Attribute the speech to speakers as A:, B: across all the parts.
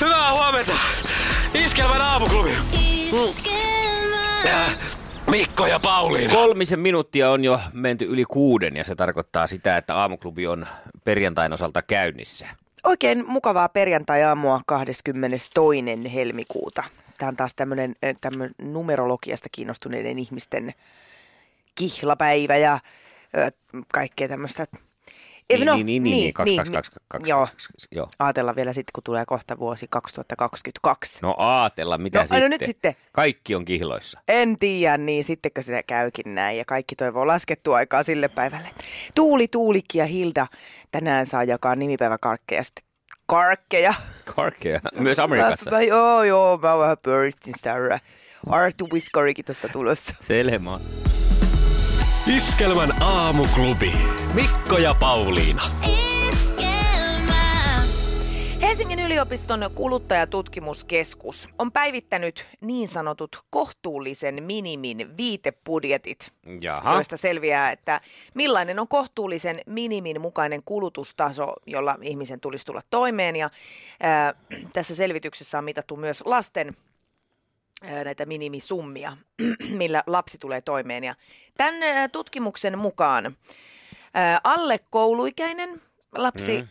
A: Hyvää huomenta! Iskelmän aamuklubi! Äh, Mikko ja Pauliina.
B: Kolmisen minuuttia on jo menty yli kuuden ja se tarkoittaa sitä, että aamuklubi on perjantain osalta käynnissä.
C: Oikein mukavaa perjantai-aamua 22. helmikuuta. Tämä on taas tämmöinen numerologiasta kiinnostuneiden ihmisten kihlapäivä ja ö, kaikkea Eh, no, tämmöistä. Ei,
B: Niin, niin, niin, niin, niin, kaksi, kaksi, kaksi, kaksi, kaksi,
C: Joo,
B: kaksi, kaksi, joo.
C: ajatella vielä sitten, kun tulee kohta vuosi 2022.
B: No aatella, mitä
C: No,
B: sitten?
C: aina nyt sitten.
B: Kaikki on kihloissa.
C: En tiedä, niin sittenkö se käykin näin ja kaikki toivoo laskettua aikaa sille päivälle. Tuuli, Tuulikki ja Hilda tänään saa jakaa nimipäiväkarkkeja sitten. Karkkeja.
B: Karkea. Myös Amerikassa.
C: Mä, mä, joo, joo, mä vähän pyöristin sitä. Artu Whiskarikin tuosta tulossa.
B: Selma.
D: Iskelmän aamuklubi. Mikko ja Pauliina.
C: Helsingin yliopiston kuluttajatutkimuskeskus on päivittänyt niin sanotut kohtuullisen minimin viitebudjetit,
B: Jaha.
C: joista selviää, että millainen on kohtuullisen minimin mukainen kulutustaso, jolla ihmisen tulisi tulla toimeen. Ja, ää, tässä selvityksessä on mitattu myös lasten ää, näitä minimisummia, millä lapsi tulee toimeen. Ja tämän ää, tutkimuksen mukaan ää, alle kouluikäinen lapsi mm.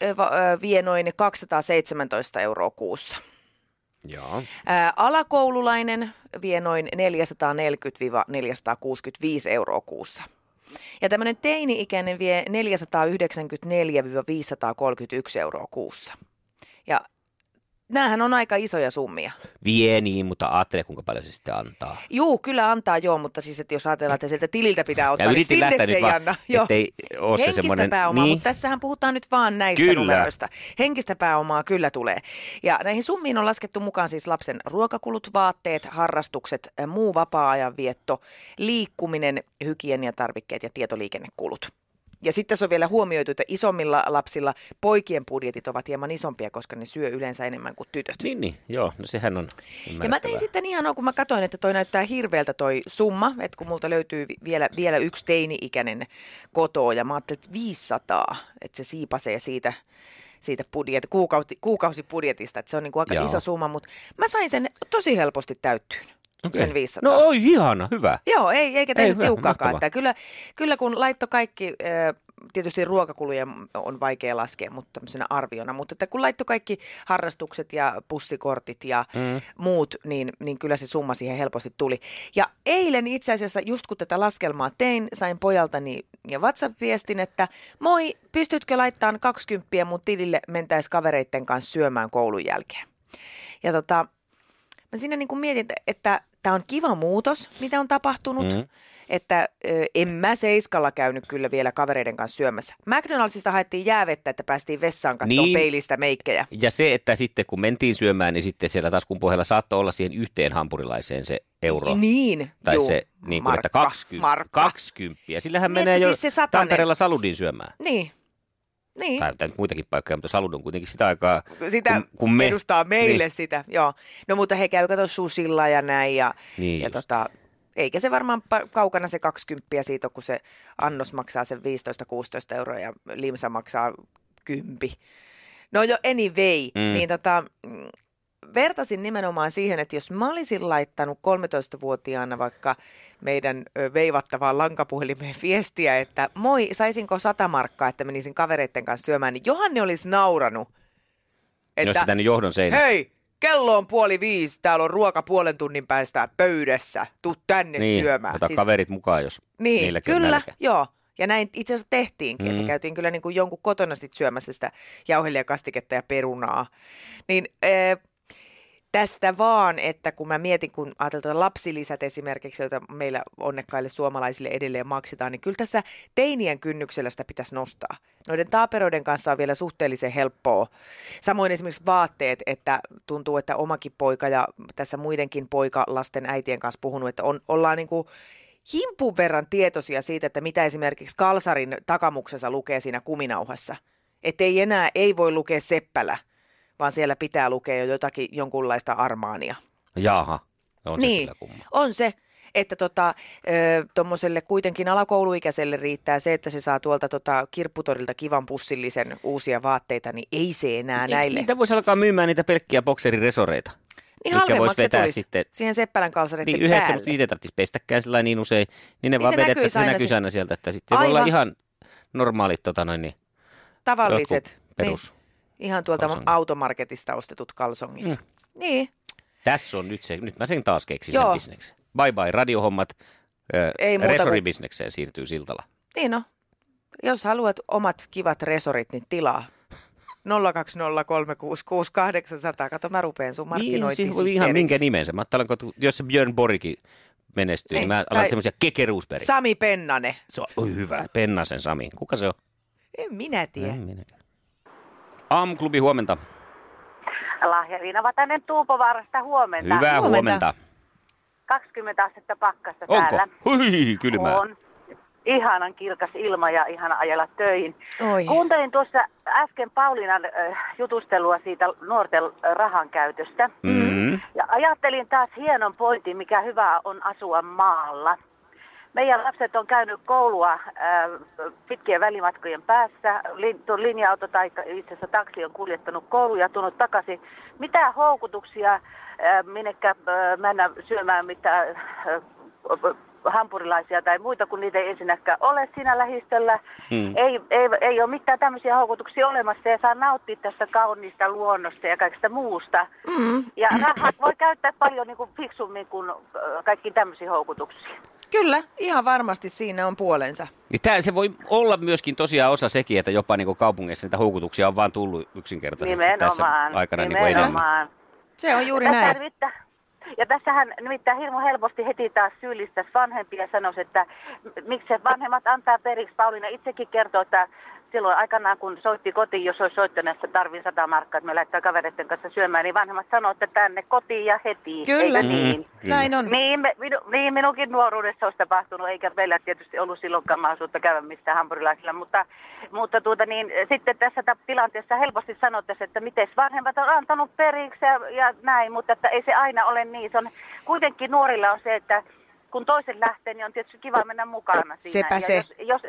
C: vie noin 217 euroa kuussa.
B: Joo.
C: Ää, alakoululainen vie noin 440-465 euroa kuussa. Ja tämmöinen teini-ikäinen vie 494-531 euroa kuussa. Ja näähän on aika isoja summia.
B: Vie niin, mutta ajattele kuinka paljon se sitten antaa.
C: Juu, kyllä antaa joo, mutta siis että jos ajatellaan, että sieltä tililtä pitää ottaa, niin
B: yritin
C: sinne
B: lähteä
C: se
B: nyt
C: ei
B: vaan,
C: anna. Joo.
B: ettei oo se
C: Henkistä
B: semmoinen-
C: pääomaa,
B: niin.
C: mutta tässähän puhutaan nyt vaan näistä
B: Kyllä.
C: numeroista. Henkistä pääomaa kyllä tulee. Ja näihin summiin on laskettu mukaan siis lapsen ruokakulut, vaatteet, harrastukset, äh, muu vapaa-ajan vietto, liikkuminen, hygieniatarvikkeet ja tietoliikennekulut. Ja sitten se on vielä huomioitu, että isommilla lapsilla poikien budjetit ovat hieman isompia, koska ne syö yleensä enemmän kuin tytöt.
B: Niin, niin. Joo, no sehän on
C: Ja mä tein sitten ihan, kun mä katsoin, että toi näyttää hirveältä toi summa, että kun multa löytyy vi- vielä, vielä yksi teini-ikäinen kotoa ja mä ajattelin, että 500, että se siipasee siitä, siitä budjet, kuukausi, kuukausibudjetista, että se on niin kuin aika
B: Joo.
C: Joo. iso summa, mutta mä sain sen tosi helposti täyttyyn, okay. sen 500.
B: No oi, ihana, hyvä.
C: Joo, ei, eikä
B: Ei,
C: tehnyt
B: hyvä,
C: tiukkaakaan.
B: mahtavaa.
C: Että kyllä, kyllä kun laitto kaikki, ö, tietysti ruokakuluja on vaikea laskea mutta tämmöisenä arviona, mutta että kun laitto kaikki harrastukset ja pussikortit ja mm. muut, niin, niin kyllä se summa siihen helposti tuli. Ja eilen itse asiassa, just kun tätä laskelmaa tein, sain pojaltani ja WhatsApp-viestin, että moi, pystytkö laittamaan 20 mun tilille mentäis kavereitten kanssa syömään koulun jälkeen. Ja tota, mä siinä niin kuin mietin, että- että tämä on kiva muutos, mitä on tapahtunut. Mm. Että ö, en mä seiskalla käynyt kyllä vielä kavereiden kanssa syömässä. McDonaldsista haettiin jäävettä, että päästiin vessaan katsomaan
B: Niin.
C: niin. peilistä meikkejä.
B: Ja se, että sitten kun mentiin syömään, niin sitten siellä taskun pohjalla saattoi olla siihen yhteen hampurilaiseen se euro.
C: Niin,
B: Tai
C: juu,
B: se, niin kuin,
C: markka,
B: että 20,
C: markka.
B: 20. Sillähän
C: Mietti
B: menee jo
C: siis se satanen.
B: Tampereella Saludin syömään.
C: Niin, niin.
B: Tai, tai nyt muitakin paikkoja, mutta Salud on kuitenkin sitä aikaa,
C: Sitä
B: kun, kun me...
C: edustaa meille
B: Niin.
C: niin. sitä, joo. No mutta he käy kato susilla ja näin ja,
B: Niin
C: ja
B: just.
C: tota, eikä se varmaan pa- kaukana se 20 siitä, ole, kun se annos maksaa sen 15-16 euroa ja limsa maksaa kympi. No jo anyway,
B: Mm.
C: mm. niin tota, mm, vertasin nimenomaan siihen, että jos mä olisin laittanut 13-vuotiaana vaikka meidän ö, veivattavaan lankapuhelimeen viestiä, että moi, saisinko sata markkaa, että menisin kavereiden kanssa syömään, niin johan ne olisi nauranut.
B: Jos sitä nyt johdon seinästä.
C: Hei, kello on puoli viisi, täällä on ruoka puolen tunnin päästä pöydässä, tuu tänne
B: niin,
C: syömään.
B: ota siis... kaverit mukaan, jos
C: niin,
B: niilläkin on
C: kyllä,
B: nälkä.
C: joo. Ja näin itse asiassa tehtiinkin, mm.
B: Mm.
C: että käytiin kyllä niin kuin jonkun kotona sit syömässä sitä jauhelia, kastiketta ja perunaa. Niin, äh, Tästä vaan, että kun mä mietin, kun ajatellaan lapsilisät esimerkiksi, joita meillä onnekkaille suomalaisille edelleen maksetaan, niin kyllä tässä teinien kynnyksellä sitä pitäisi nostaa. Noiden taaperoiden kanssa on vielä suhteellisen helppoa. Samoin esimerkiksi vaatteet, että tuntuu, että omakin poika ja tässä muidenkin poika lasten äitien kanssa puhunut, että on, ollaan niin kuin himpun verran tietoisia siitä, että mitä esimerkiksi kalsarin takamuksessa lukee siinä kuminauhassa. Että ei enää, ei voi lukea seppälä, vaan siellä pitää lukea jo jotakin jonkunlaista armaania.
B: Jaaha, on se
C: niin,
B: kyllä kumma.
C: on se. Että tota, tuommoiselle kuitenkin alakouluikäiselle riittää se, että se saa tuolta tota, kirpputorilta kivan pussillisen uusia vaatteita, niin ei se enää
B: Eikö
C: näille.
B: niitä voisi alkaa myymään niitä pelkkiä bokseriresoreita?
C: niin
B: mitkä
C: halvemmaksi
B: voisi
C: se
B: vetää
C: tulisi
B: sitten-
C: siihen seppälän kalsareiden
B: Niin yhdet
C: päälle.
B: semmoset, niitä ei tarvitsisi pestäkään sillä lailla niin usein, niin ne vaan
C: se
B: vedettäisiin,
C: näkyisi
B: se
C: aina
B: näkyisi
C: se-
B: aina sieltä, että sitten voi olla
C: Aivan.
B: ihan normaalit tota noin, niin,
C: Tavalliset.
B: jotkut perus.
C: Niin, ihan tuolta
B: kalsongit.
C: automarketista ostetut kalsongit. Mm. Niin,
B: Tässä on nyt se, nyt mä sen taas keksin
C: Joo.
B: sen bisneksen. Bye bye radiohommat,
C: Ei
B: ei
C: muuta kuin-
B: resoribisnekseen siirtyy Siltala.
C: niin no. Jos haluat omat kivat resorit, niin tilaa. 020366800. Kato, mä rupeen sun
B: Niin, siis voi
C: markkinointiin.
B: ihan minkä nimensä. Mä ajattelen, kun- jos se Björn Borikin menestyy,
C: Niin,
B: niin, mä
C: tai-
B: alan semmoisia kekeruusperin. Sa-
C: Sami Pennanen.
B: se on oi hyvä. Pennasen Sami. Kuka se on?
C: En minä tiedä.
B: En minäkään. Aamuklubi huomenta.
E: Lahjariina Vatanen Tuupovaarasta huomenta.
B: Hyvää
C: Huomenta.
B: huomenta.
E: 20 astetta pakkasta
B: Onko?
E: täällä.
B: Hui, kylmää.
E: On. Ihanan kilkas ilma ja ihana ajella töihin.
C: Oi.
E: Kuuntelin tuossa äsken Pauliinan äh, jutustelua siitä nuorten äh, rahan käytöstä.
B: Mm.
E: Ja ajattelin taas hienon pointin, mikä hyvä on asua maalla. Meidän lapset on käynyt koulua äh, pitkien välimatkojen päässä. Lin, tuo linja-auto tai ta- itse asiassa taksi on kuljettanut kouluun ja tuonut takaisin. Mitä houkutuksia äh, minnekä äh, mennä syömään mitä äh, äh, hampurilaisia tai muita, kun niitä ei ensinnäkään ole siinä lähistöllä.
B: Mm.
E: Ei, ei, ei ole mitään tämmöisiä houkutuksia olemassa ja saa nauttia tästä kauniista luonnosta ja kaikesta muusta.
C: Mm,
E: Ja rahat voi käyttää paljon niin kuin fiksummin kuin ö, kaikki tämmöisiä houkutuksia.
B: No
C: kyllä, ihan varmasti siinä on puolensa.
B: Niin tää, se voi olla myöskin tosiaan osa sekin, että jopa niin kaupungeissa niitä houkutuksia on vaan tullut yksinkertaisesti siis tässä
E: Nimenomaan.
B: aikana niin enemmän.
E: nimenomaan.
C: Se on juuri
E: Ja tässä
C: näin.
E: Nimittäin, ja tässähän nimittäin hirmu helposti heti taas syyllistäisi vanhempia ja sanoisi, että m- miksi vanhemmat antaa periksi. Pauliina itsekin kertoo, että silloin aikanaan kun soitti kotiin, jos olisi soittanut, että tarvin 100 markkaa, että me lähdetään kavereiden kanssa syömään, niin vanhemmat sanoo, että tänne kotiin ja heti.
C: Kyllä. Mm-hmm.
E: Eikö niin?
B: Kyllä.
C: Näin on.
E: Niin, me, minu, niin, minunkin nuoruudessa olisi tapahtunut, eikä meillä tietysti ollut silloinkaan mahdollisuutta käydä missään hampurilaisilla, mutta, mutta tuota, niin, sitten tässä ta- tilanteessa helposti sanottaisiin, että miten vanhemmat on antanut periksi ja, ja näin, mutta että ei se aina ole niin. Se on, kuitenkin nuorilla on se, että kun toiset lähtee, niin on tietysti kiva mennä mukana siinä.
C: Sepä
E: ja
C: se.
E: Jos, jos,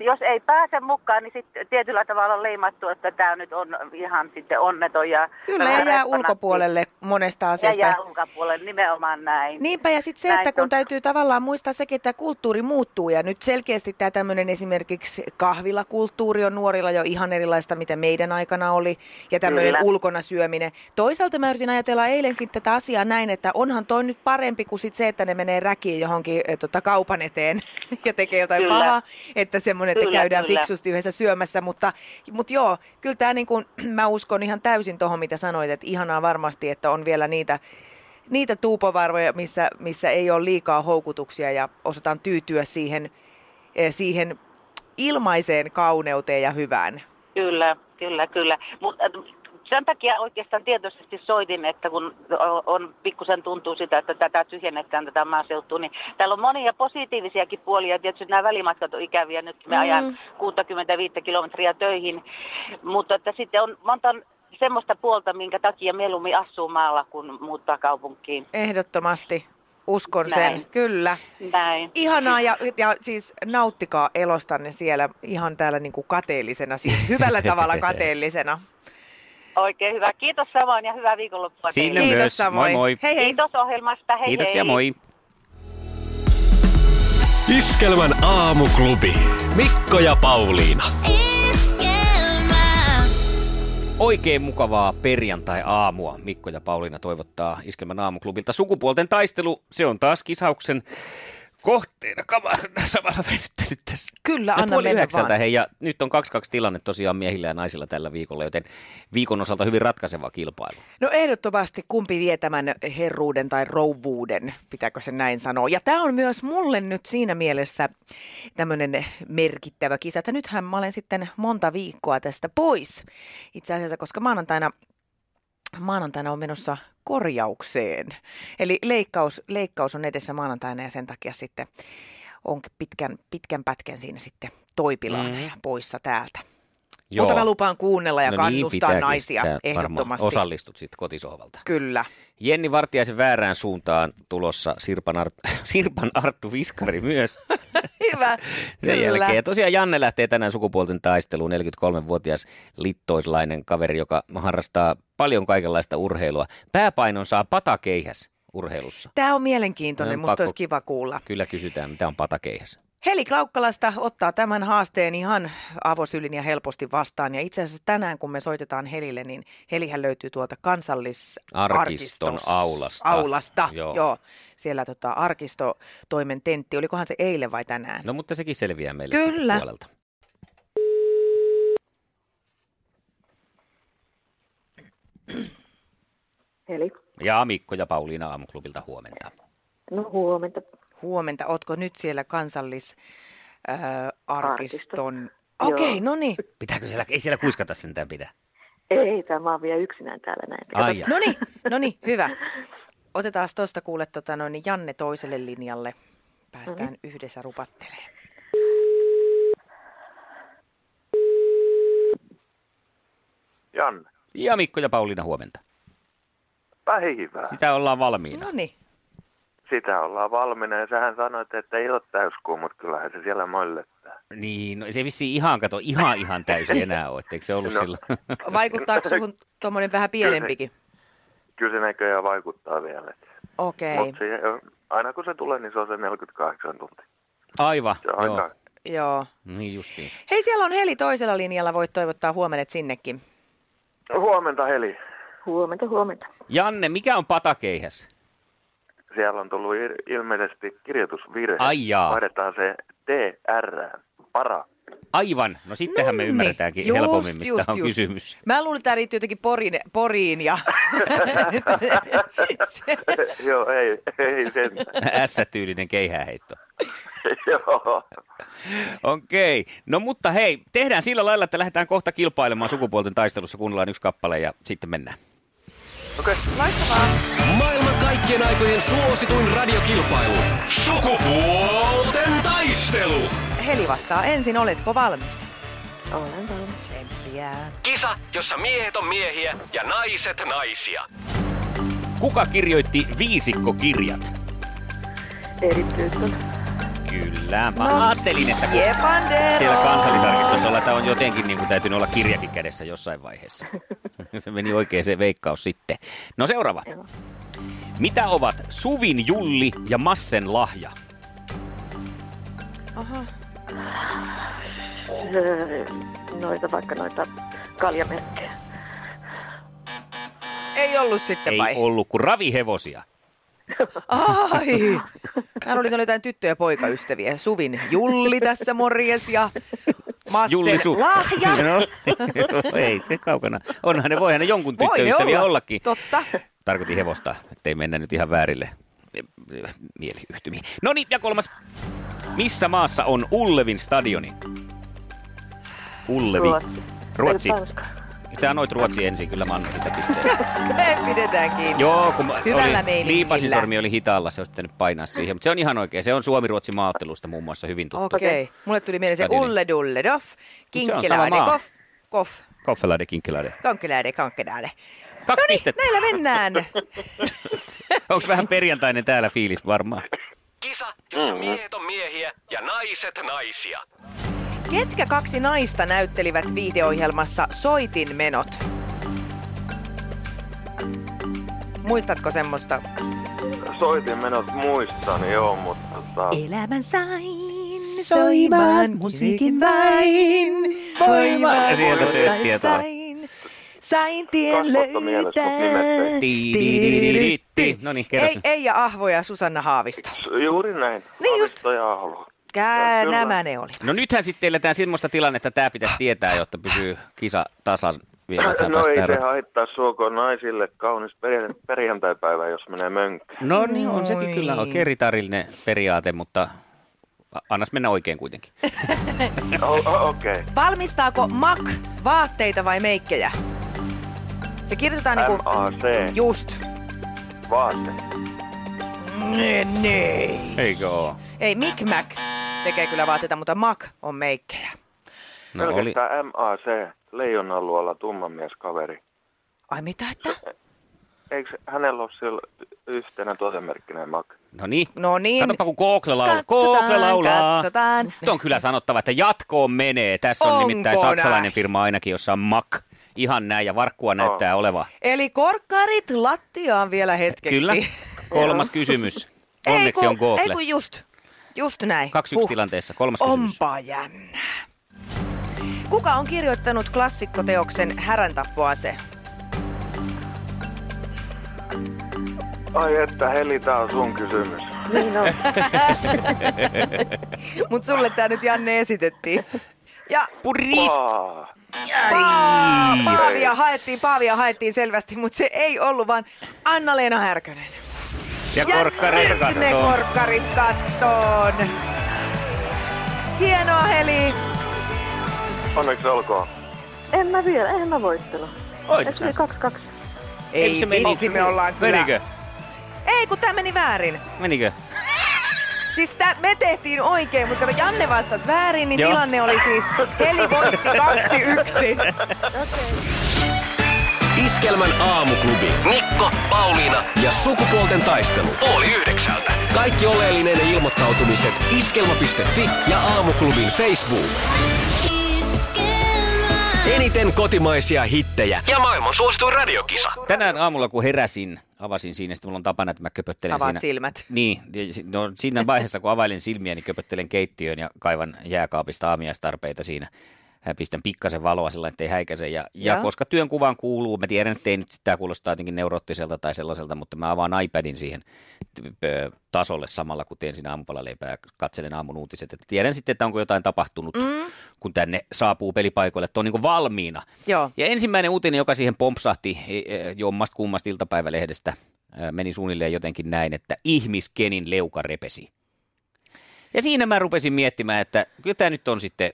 E: jos ei pääse mukaan, niin sitten tietyllä tavalla on leimattu, että tämä nyt on ihan sitten onneton. Ja
C: Kyllä, ja jää
E: reppana.
C: ulkopuolelle monesta
E: Ja
C: asiasta.
E: jää ulkopuolelle, nimenomaan näin.
C: Niinpä, ja sitten se,
E: Näin
C: että kun
E: on.
C: täytyy tavallaan muistaa sekin, että kulttuuri muuttuu, ja nyt selkeästi tämä tämmöinen esimerkiksi kahvilakulttuuri on nuorilla jo ihan erilaista, mitä meidän aikana oli, ja tämmöinen
E: Kyllä.
C: ulkona syöminen. Toisaalta mä yritin ajatella eilenkin tätä asiaa näin, että onhan toi nyt parempi kuin sit se, että ne menee räkiin johonkin eh, tota, kaupan eteen ja tekee jotain
E: Kyllä.
C: pahaa, että semmoinen, että
E: Kyllä,
C: käydään
E: kyllä.
C: fiksusti yhdessä syömässä, mutta, mutta joo, kyllä tämä niin kuin, mä uskon ihan täysin tuohon, mitä sanoit, että ihanaa varmasti, että on vielä niitä niitä tuupovarvoja, missä, missä ei ole liikaa houkutuksia ja osataan tyytyä siihen, eh, siihen ilmaiseen kauneuteen ja hyvään.
E: Kyllä, kyllä, kyllä. Mutta sen takia oikeastaan tietoisesti soitin, että kun o- on pikkusen tuntuu sitä, että tätä tyhjennetään tätä maaseutua, niin täällä on monia positiivisiakin puolia. Tietysti nämä välimatkat on ikäviä, nyt me
C: Mm.
E: ajan 65 kilometriä töihin, mutta että sitten on monta semmoista puolta, minkä takia mieluummin asuu maalla, kun muuttaa kaupunkiin.
C: Ehdottomasti uskon sen,
E: Näin.
C: kyllä.
E: Näin.
C: Ihanaa ja, ja siis nauttikaa elostanne siellä ihan täällä niin kuin kateellisena, siis hyvällä tavalla kateellisena.
E: Oikein hyvä. Kiitos samoin ja hyvää viikonloppua.
B: Siinä
E: teille.
C: Kiitos
B: myös.
C: samoin.
B: Moi moi.
C: Hei hei.
E: Kiitos ohjelmasta. Hei
B: Kiitoksia,
E: hei.
B: moi.
D: Iskelmän aamuklubi. Mikko ja Pauliina.
B: Oikein mukavaa perjantai-aamua. Mikko ja Pauliina toivottaa Iskelmän aamuklubilta. Sukupuolten taistelu, se on taas kisauksen kohteena kamarana samalla venyttänyt tässä.
C: Kyllä,
B: Ja
C: anna
B: puoli
C: mennä
B: yhdeksältä,
C: vaan.
B: hei, ja nyt on 2-2 tilanne tosiaan miehillä ja naisilla tällä viikolla, joten viikon osalta hyvin ratkaiseva kilpailu.
C: No ehdottomasti kumpi vie tämän herruuden tai rouvuuden, pitääkö se näin sanoa. Ja tämä on myös mulle nyt siinä mielessä tämmöinen merkittävä kisa, että nythän mä olen sitten monta viikkoa tästä pois itse asiassa, koska maanantaina maanantaina on menossa korjaukseen. Eli leikkaus, leikkaus on edessä maanantaina ja sen takia sitten onkin pitkän, pitkän pätkän siinä sitten toipilaan mm. ja poissa täältä. Joo. Mutta mä lupaan kuunnella ja no kannustaa
B: pitääkin.
C: niin naisia
B: Sä varmaan
C: ehdottomasti.
B: osallistut sitten kotisohvalta.
C: Kyllä.
B: Jenni Vartiaisen väärään suuntaan tulossa Sirpan, Art- Sirpan Arttu Viskari myös.
C: Hyvä.
B: Sen
C: Kyllä.
B: jälkeen. Ja tosiaan Janne lähtee tänään sukupuolten taisteluun, 43-vuotias littoislainen kaveri, joka harrastaa paljon kaikenlaista urheilua. Pääpainon saa patakeihäs urheilussa.
C: Tämä on mielenkiintoinen,
B: On
C: musta
B: pakko-
C: olisi kiva kuulla.
B: Kyllä kysytään, mitä on patakeihäs.
C: Heli Klaukkalasta ottaa tämän haasteen ihan avosylin ja helposti vastaan. Ja itse asiassa tänään, kun me soitetaan Helille, niin Helihän löytyy tuolta
B: Arkiston
C: kansallisarkiston
B: aulasta.
C: aulasta.
B: Joo.
C: Joo. Joo. Siellä tota, arkistotoimen tentti, olikohan se eilen vai tänään?
B: No mutta sekin selviää meille
C: Kyllä.
B: sitten puolelta.
F: Eli,
B: Ja Mikko ja Pauliina aamuklubilta huomenta.
F: no huomenta.
C: Huomenta, otko nyt siellä kansallisarkiston...
F: Joo.
C: Okei, no niin.
B: Pitääkö siellä, ei siellä kuiskata sentään pidä.
F: Ei, tämä on vielä yksinään täällä näin. Kato,
B: Ai ja.
C: No niin, no niin, hyvä. Otetaan tuosta kuule tota, noin, Janne toiselle linjalle. Päästään mm-hmm. yhdessä rupattelemaan.
G: Janne,
B: ja Mikko ja Pauliina huomenta.
G: päivää. Sitä,
B: Sitä ollaan valmiina.
C: No niin,
G: Sitä ollaan valmiina ja sähän sanoit, että ei ole täyskuu, mutta kyllähän se siellä mollettaa.
B: Niin, no, se ei vissiin ihan, kato, ihan ihan täysin enää ole, etteikö se ollut no.
G: No.
B: silloin?
C: vaikuttaako suhun tuommoinen vähän pienempikin?
G: Kyllä se näköjään vaikuttaa vielä.
C: Okei,
G: Mutta aina kun se tulee, niin se on se 48 tuntia.
B: Aivan,
G: Se on
B: joo.
G: aika,
C: joo.
B: Niin justiinsa.
C: Hei, siellä on Heli toisella linjalla, voit toivottaa huomenet sinnekin.
G: huomenta Heli.
F: Huomenta, huomenta.
B: Janne, mikä on patakeihäs?
G: Siellä on tullut il- ilmeisesti kirjoitusvirhe.
B: Ai jaa.
G: Vaihdetaan se TR, para.
B: Aivan, no sittenhän me
C: Nonni.
B: ymmärretäänkin
C: Just,
B: helpommin, mistä
C: just,
B: on
C: just.
B: kysymys.
C: Mä luulin, että tämä liittyy jotenkin Porin, poriin ja...
G: Joo, ei, ei sen.
B: S-tyylinen keihääheitto.
G: Joo.
B: Okei, no mutta hei, tehdään sillä lailla, että lähdetään kohta kilpailemaan sukupuolten taistelussa, kuunnellaan yksi kappale ja sitten mennään.
G: Okei.
D: Maailman kaikkien aikojen suosituin radiokilpailu. Sukupuolten taistelu.
C: Heli vastaa ensin, oletko valmis?
F: Olen valmis.
C: Tsemppiä.
D: Kisa, jossa miehet on miehiä ja naiset naisia.
B: Kuka kirjoitti viisikkokirjat?
F: Erityisen.
B: Kyllä, mä no, ajattelin, että kun
C: Jepandero!
B: siellä kansallisarkistossa olla, että on jotenkin niin kuin täytynyt olla kirjakin kädessä jossain vaiheessa. se meni oikein se veikkaus sitten. No seuraava.
F: Joo.
B: Mitä ovat Suvin Julli ja Massen lahja?
C: Aha.
F: Öö, noita vaikka noita kaljamerkkejä.
C: Ei ollut sitten
B: Ei
C: vai?
B: ollut kuin ravihevosia.
C: Ai! Mä luulin, että oli jotain tyttö- ja poikaystäviä. Suvin Julli tässä morjes ja Massen
B: Su-
C: lahja.
B: no, ei se kaukana. Onhan ne, voihan ne jonkun
C: Voi ne
B: tyttöystäviä
C: olla.
B: ollakin.
C: Totta.
B: Tarkoitin hevosta, ettei mennä nyt ihan väärille eh, eh, mieliyhtymiin. No niin, ja kolmas. Missä maassa on Ullevin stadioni? Ullevi.
F: Ruotsi.
B: Ruotsi.
F: Ei, Tanska.
B: Sä annoit Ruotsi ensin, kyllä mä annan sitä pisteen.
C: Me pidetään kiinni.
B: Joo, kun mä
C: Hyvällä
B: oli,
C: meiningillä.
B: liipasin sormi oli hitaalla, se olisi pitänyt painaa siihen. Mutta se on ihan oikein. Se on Suomi-Ruotsi-maattelusta muun muassa hyvin tuttu.
C: Okei. Okay. Mulle tuli mieleen se
B: Stadioni.
C: Ulle Dulle Doff,
B: sama
C: Kinkkeläide
B: maa.
C: Koff, Koff,
B: Koffelade, kinkkilade.
C: Kankkeläide, Kankkeläide. No
B: Kaksi
C: niin,
B: pistettä.
C: Näillä mennään.
B: Onko vähän perjantainen täällä fiilis varmaan?
D: Kisa, jossa miehet on miehiä ja naiset naisia.
C: Ketkä kaksi naista näyttelivät viihdeohjelmassa Soitin menot? Muistatko semmoista?
G: Soitin menot muistan, joo, mutta... Tota...
C: Elämän sain soimaan musiikin vain. Voimaa
B: Ja sieltä
C: kultaista
B: tööttiä taas.
C: sain. Sain tien
G: Kasvotta mielessä, mut nimet
C: löytää.
G: ei.
B: Ti-di-di-di-di-di. No niin, kerro
C: ei,
B: sinä.
C: ei ja ahvoja Susanna Haavisto.
G: Juuri näin.
C: Niin just.
G: Haavisto ja Ahlo.
C: Kää
G: Kyllä.
C: nämä ne oli.
B: No nythän sitten eletään semmoista tilannetta, että tämä pitäisi tietää, jotta pysyy kisa tasan vielä. että sä
G: No
B: pääset
G: ei se
B: tähän-
G: haittaa suokoon naisille kaunis perjan- perjantaipäivä, jos menee mönkkään.
B: No niin, on sekin kyllä
C: Noin.
B: oikein ritarillinen periaate, mutta a- annas mennä oikein kuitenkin.
G: O- o- Okei.
C: Valmistaako
B: Mm.
C: MAC vaatteita vai meikkejä? Se kirjoitetaan niinku...
G: MAC.
C: Just.
G: Vaate.
C: Ne, ne.
B: Eikö oo?
C: Ei, Mic Mac tekee kyllä vaatteita, mutta MAC on meikkejä.
B: No oli.
G: Pelkästään MAC. Leijon alueella tummanmieskaveri.
C: Ai mitä, että?
G: Eikö hänellä ole sillä yhtenä tuotemerkkinä mak?
B: No niin.
C: No niin.
B: Katsopa, kun Google laulaa. Google
C: Katsotaan,
B: laulaa.
C: katsotaan.
B: Nyt on kyllä sanottava, että jatkoon menee. Tässä on
C: Onko
B: nimittäin saksalainen
C: näin?
B: firma ainakin, jossa on Mac. Ihan näin, ja
G: Oh.
B: varkkua näyttää olevan.
C: Eli korkkarit lattiaan vielä hetkeksi.
B: Kyllä. Kolmas kysymys.
C: Ei
B: Onneksi
C: kun-
B: on Google.
C: Ei kun just. Just näin.
B: Kaksi yksi tilanteessa. Kolmas kysymys.
C: Onpa jännää. Kuka on kirjoittanut klassikkoteoksen Häräntappoase?
G: Ai että Heli, tää on sun kysymys.
F: Niin on.
C: Mut sulle tää nyt Janne esitettiin. Ja
B: Puris.
G: Aa,
C: Paa- Paavia haettiin, Paavia haettiin selvästi, mutta se ei ollut, vaan Anna-Leena Härkönen.
B: Ja korkkareita
C: nyt ne
B: kattoon.
C: korkkarit kattoon. Hienoa Heli.
G: onneksi olkoon.
F: En mä vielä, en mä voittelu.
B: Oikein.
F: Et se oli kaksi kaksi.
C: Ei,
B: se meni?
C: vitsi, me ollaan kyllä.
B: Menikö?
C: Ei, kun tää meni väärin.
B: Menikö?
C: Siis tää, me tehtiin oikein, mutta kato, Janne vastasi väärin, niin
B: Joo.
C: tilanne oli siis Heli voitti 2-1.
D: Iskelmän aamuklubi. Mikko, Pauliina ja sukupuolten taistelu. Oli yhdeksältä. Kaikki oleellinen ilmoittautumiset iskelma.fi ja aamuklubin Facebook. Eniten kotimaisia hittejä ja maailman suosituin radiokisa.
B: Tänään aamulla kun heräsin, avasin siinä, sitten mulla on tapana, että mä köpöttelen
C: Avaat
B: siinä.
C: silmät.
B: Niin, ja si- no, siinä vaiheessa kun availen silmiä, niin köpöttelen keittiöön ja kaivan jääkaapista aamiaistarpeita siinä. Äh, Pistän pikkasen valoa sillä, ettei häikäse. Ja, ja
C: Joo.
B: koska työnkuvaan kuuluu, mä tiedän, että ei nyt sitä kuulostaa jotenkin neuroottiselta tai sellaiselta, mutta mä avaan iPadin siihen t- ö, tasolle samalla, kun teen siinä aamupalaleipää ja katselen aamun uutiset. Et tiedän sitten, että onko jotain tapahtunut, mm. kun tänne saapuu pelipaikoille, että on niin valmiina.
C: Joo.
B: Ja ensimmäinen uutinen, joka siihen pompsahti e, jommasta kummasta iltapäivälehdestä, ö, meni suunnilleen jotenkin näin, että ihmiskenin leuka repesi. Ja siinä mä rupesin miettimään, että kyllä tämä nyt on sitten,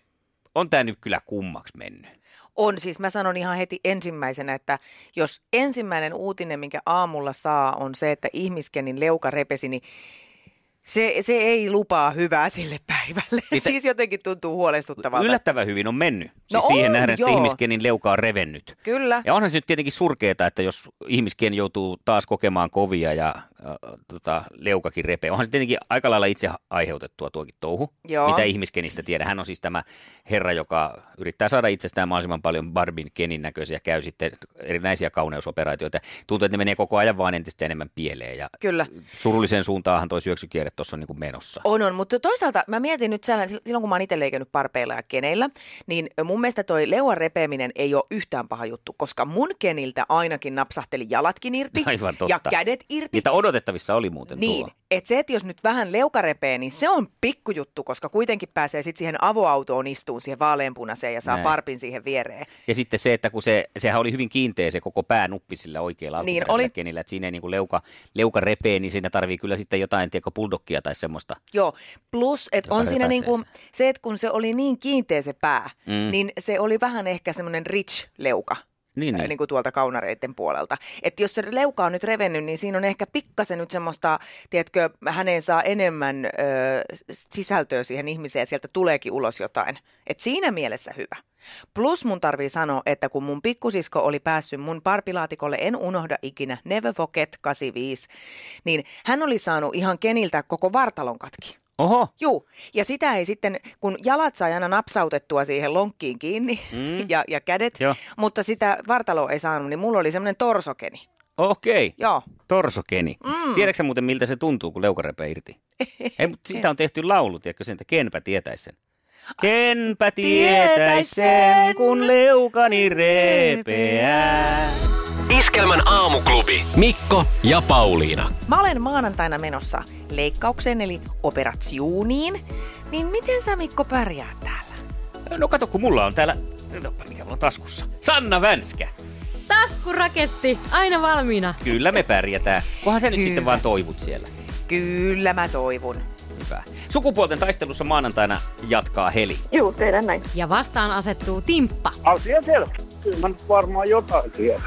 B: on tämä nyt kyllä kummaksi mennyt.
C: On siis, mä sanon ihan heti ensimmäisenä, että jos ensimmäinen uutinen, minkä aamulla saa, on se, että ihmiskenin leuka repesi, niin se, se ei lupaa hyvää sille päivälle.
B: Niin se-
C: siis jotenkin tuntuu huolestuttavalta.
B: Yllättävän hyvin on mennyt. Siis
C: No
B: siihen
C: on,
B: nähden, että
C: joo.
B: ihmiskenin leuka on revennyt.
C: Kyllä.
B: Ja onhan se nyt tietenkin surkeeta, että jos ihmisken joutuu taas kokemaan kovia ja äh, tota, leukakin repee. Onhan se tietenkin aika lailla itse aiheutettua tuokin touhu,
C: Joo.
B: mitä ihmiskenistä tiedä. Hän on siis tämä herra, joka yrittää saada itsestään mahdollisimman paljon Barbin kenin näköisiä, käy sitten erinäisiä kauneusoperaatioita. Tuntuu, että ne menee koko ajan vaan entistä enemmän pieleen ja
C: Kyllä.
B: surulliseen suuntaanhan toi syöksykierre tuossa on niin kuin menossa.
C: On, on, mutta toisaalta mä mietin nyt sellainen, sil- silloin kun mä oon itse leikannut parpeilla ja keneillä, niin mun mielestä toi leuan repeäminen ei ole yhtään paha juttu, koska mun keniltä ainakin napsahteli jalatkin irti
B: Aivan totta.
C: ja kädet irti.
B: Niitä odotettavissa oli muuten
C: niin,
B: tuo.
C: että se, että jos nyt vähän leuka repee, niin se on pikkujuttu, koska kuitenkin pääsee sitten siihen avoautoon istuun, siihen vaaleanpunaiseen ja saa
B: Näin.
C: Näin. parpin siihen viereen.
B: Ja sitten se, että kun se, sehän oli hyvin kiinteä se koko päänuppi sillä oikealla
C: Niin
B: alkuperäisellä
C: oli.
B: kenillä, että siinä ei niin kuin leuka, leuka repee, niin siinä tarvii kyllä sitten jotain, tiedätkö, buldokkia tai semmoista.
C: Joo, plus että
B: Joka
C: on siinä
B: repäisee
C: niinku,
B: sen.
C: se, että kun se oli niin kiinteä se pää,
B: Mm.
C: mm. niin se oli vähän ehkä semmoinen rich-leuka.
B: Niin, niin.
C: niin. kuin tuolta kaunareiden puolelta. Että jos se leuka on nyt revennyt, niin siinä on ehkä pikkasen nyt semmoista, tiedätkö, häneen saa enemmän ö, sisältöä siihen ihmiseen ja sieltä tuleekin ulos jotain. Et siinä mielessä hyvä. Plus mun tarvii sanoa, että kun mun pikkusisko oli päässyt mun parpilaatikolle, en unohda ikinä, Never Forget 85, niin hän oli saanut ihan keniltä koko vartalon katki.
B: Oho,
C: Juu, ja sitä ei sitten, kun jalat sai aina napsautettua siihen lonkkiin kiinni mm. ja, ja kädet,
B: Joo.
C: Joo. mutta sitä vartaloa ei saanut, niin mulla oli semmoinen torsokeni.
B: okei. Okay.
C: Joo.
B: Torsokeni. Mm. Tiedätkö sä muuten, miltä se tuntuu, kun leuka repee irti? Ei, mutta siitä on tehty laulu, tiedätkö sen, että kenpä tietäisi sen. Kenpä tietäis sen, kun leukani repeää.
D: Iskelmän aamuklubi. Mikko ja Pauliina.
C: Mä olen maanantaina menossa leikkaukseen eli operatsiuniin. Niin miten sä Mikko pärjää täällä?
B: No kato, kun mulla on täällä, katsopa mikä mulla on taskussa. Sanna Vänskä.
H: Taskuraketti, aina valmiina.
B: Kyllä me pärjätään. Kunhan sä nyt
C: Kyllä.
B: sitten vaan toivut siellä.
C: Kyllä mä toivon.
B: Hyvä. Sukupuolten taistelussa maanantaina jatkaa Heli.
F: Juu, tehdään näin.
H: Ja vastaan asettuu Timppa.
I: Asia selvä. Kyllä mä nyt varmaan jotain tiedän.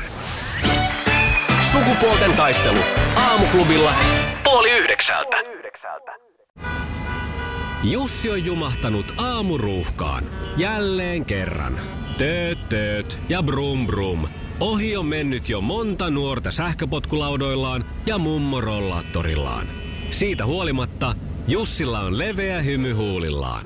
D: Sukupuolten taistelu. Aamuklubilla. Puoli yhdeksältä. Jussi on jumahtanut aamuruuhkaan. Jälleen kerran. Tööt, tööt ja brum brum. Ohi on mennyt jo monta nuorta sähköpotkulaudoillaan ja mummorollaattorillaan. Siitä huolimatta Jussilla on leveä hymy huulillaan.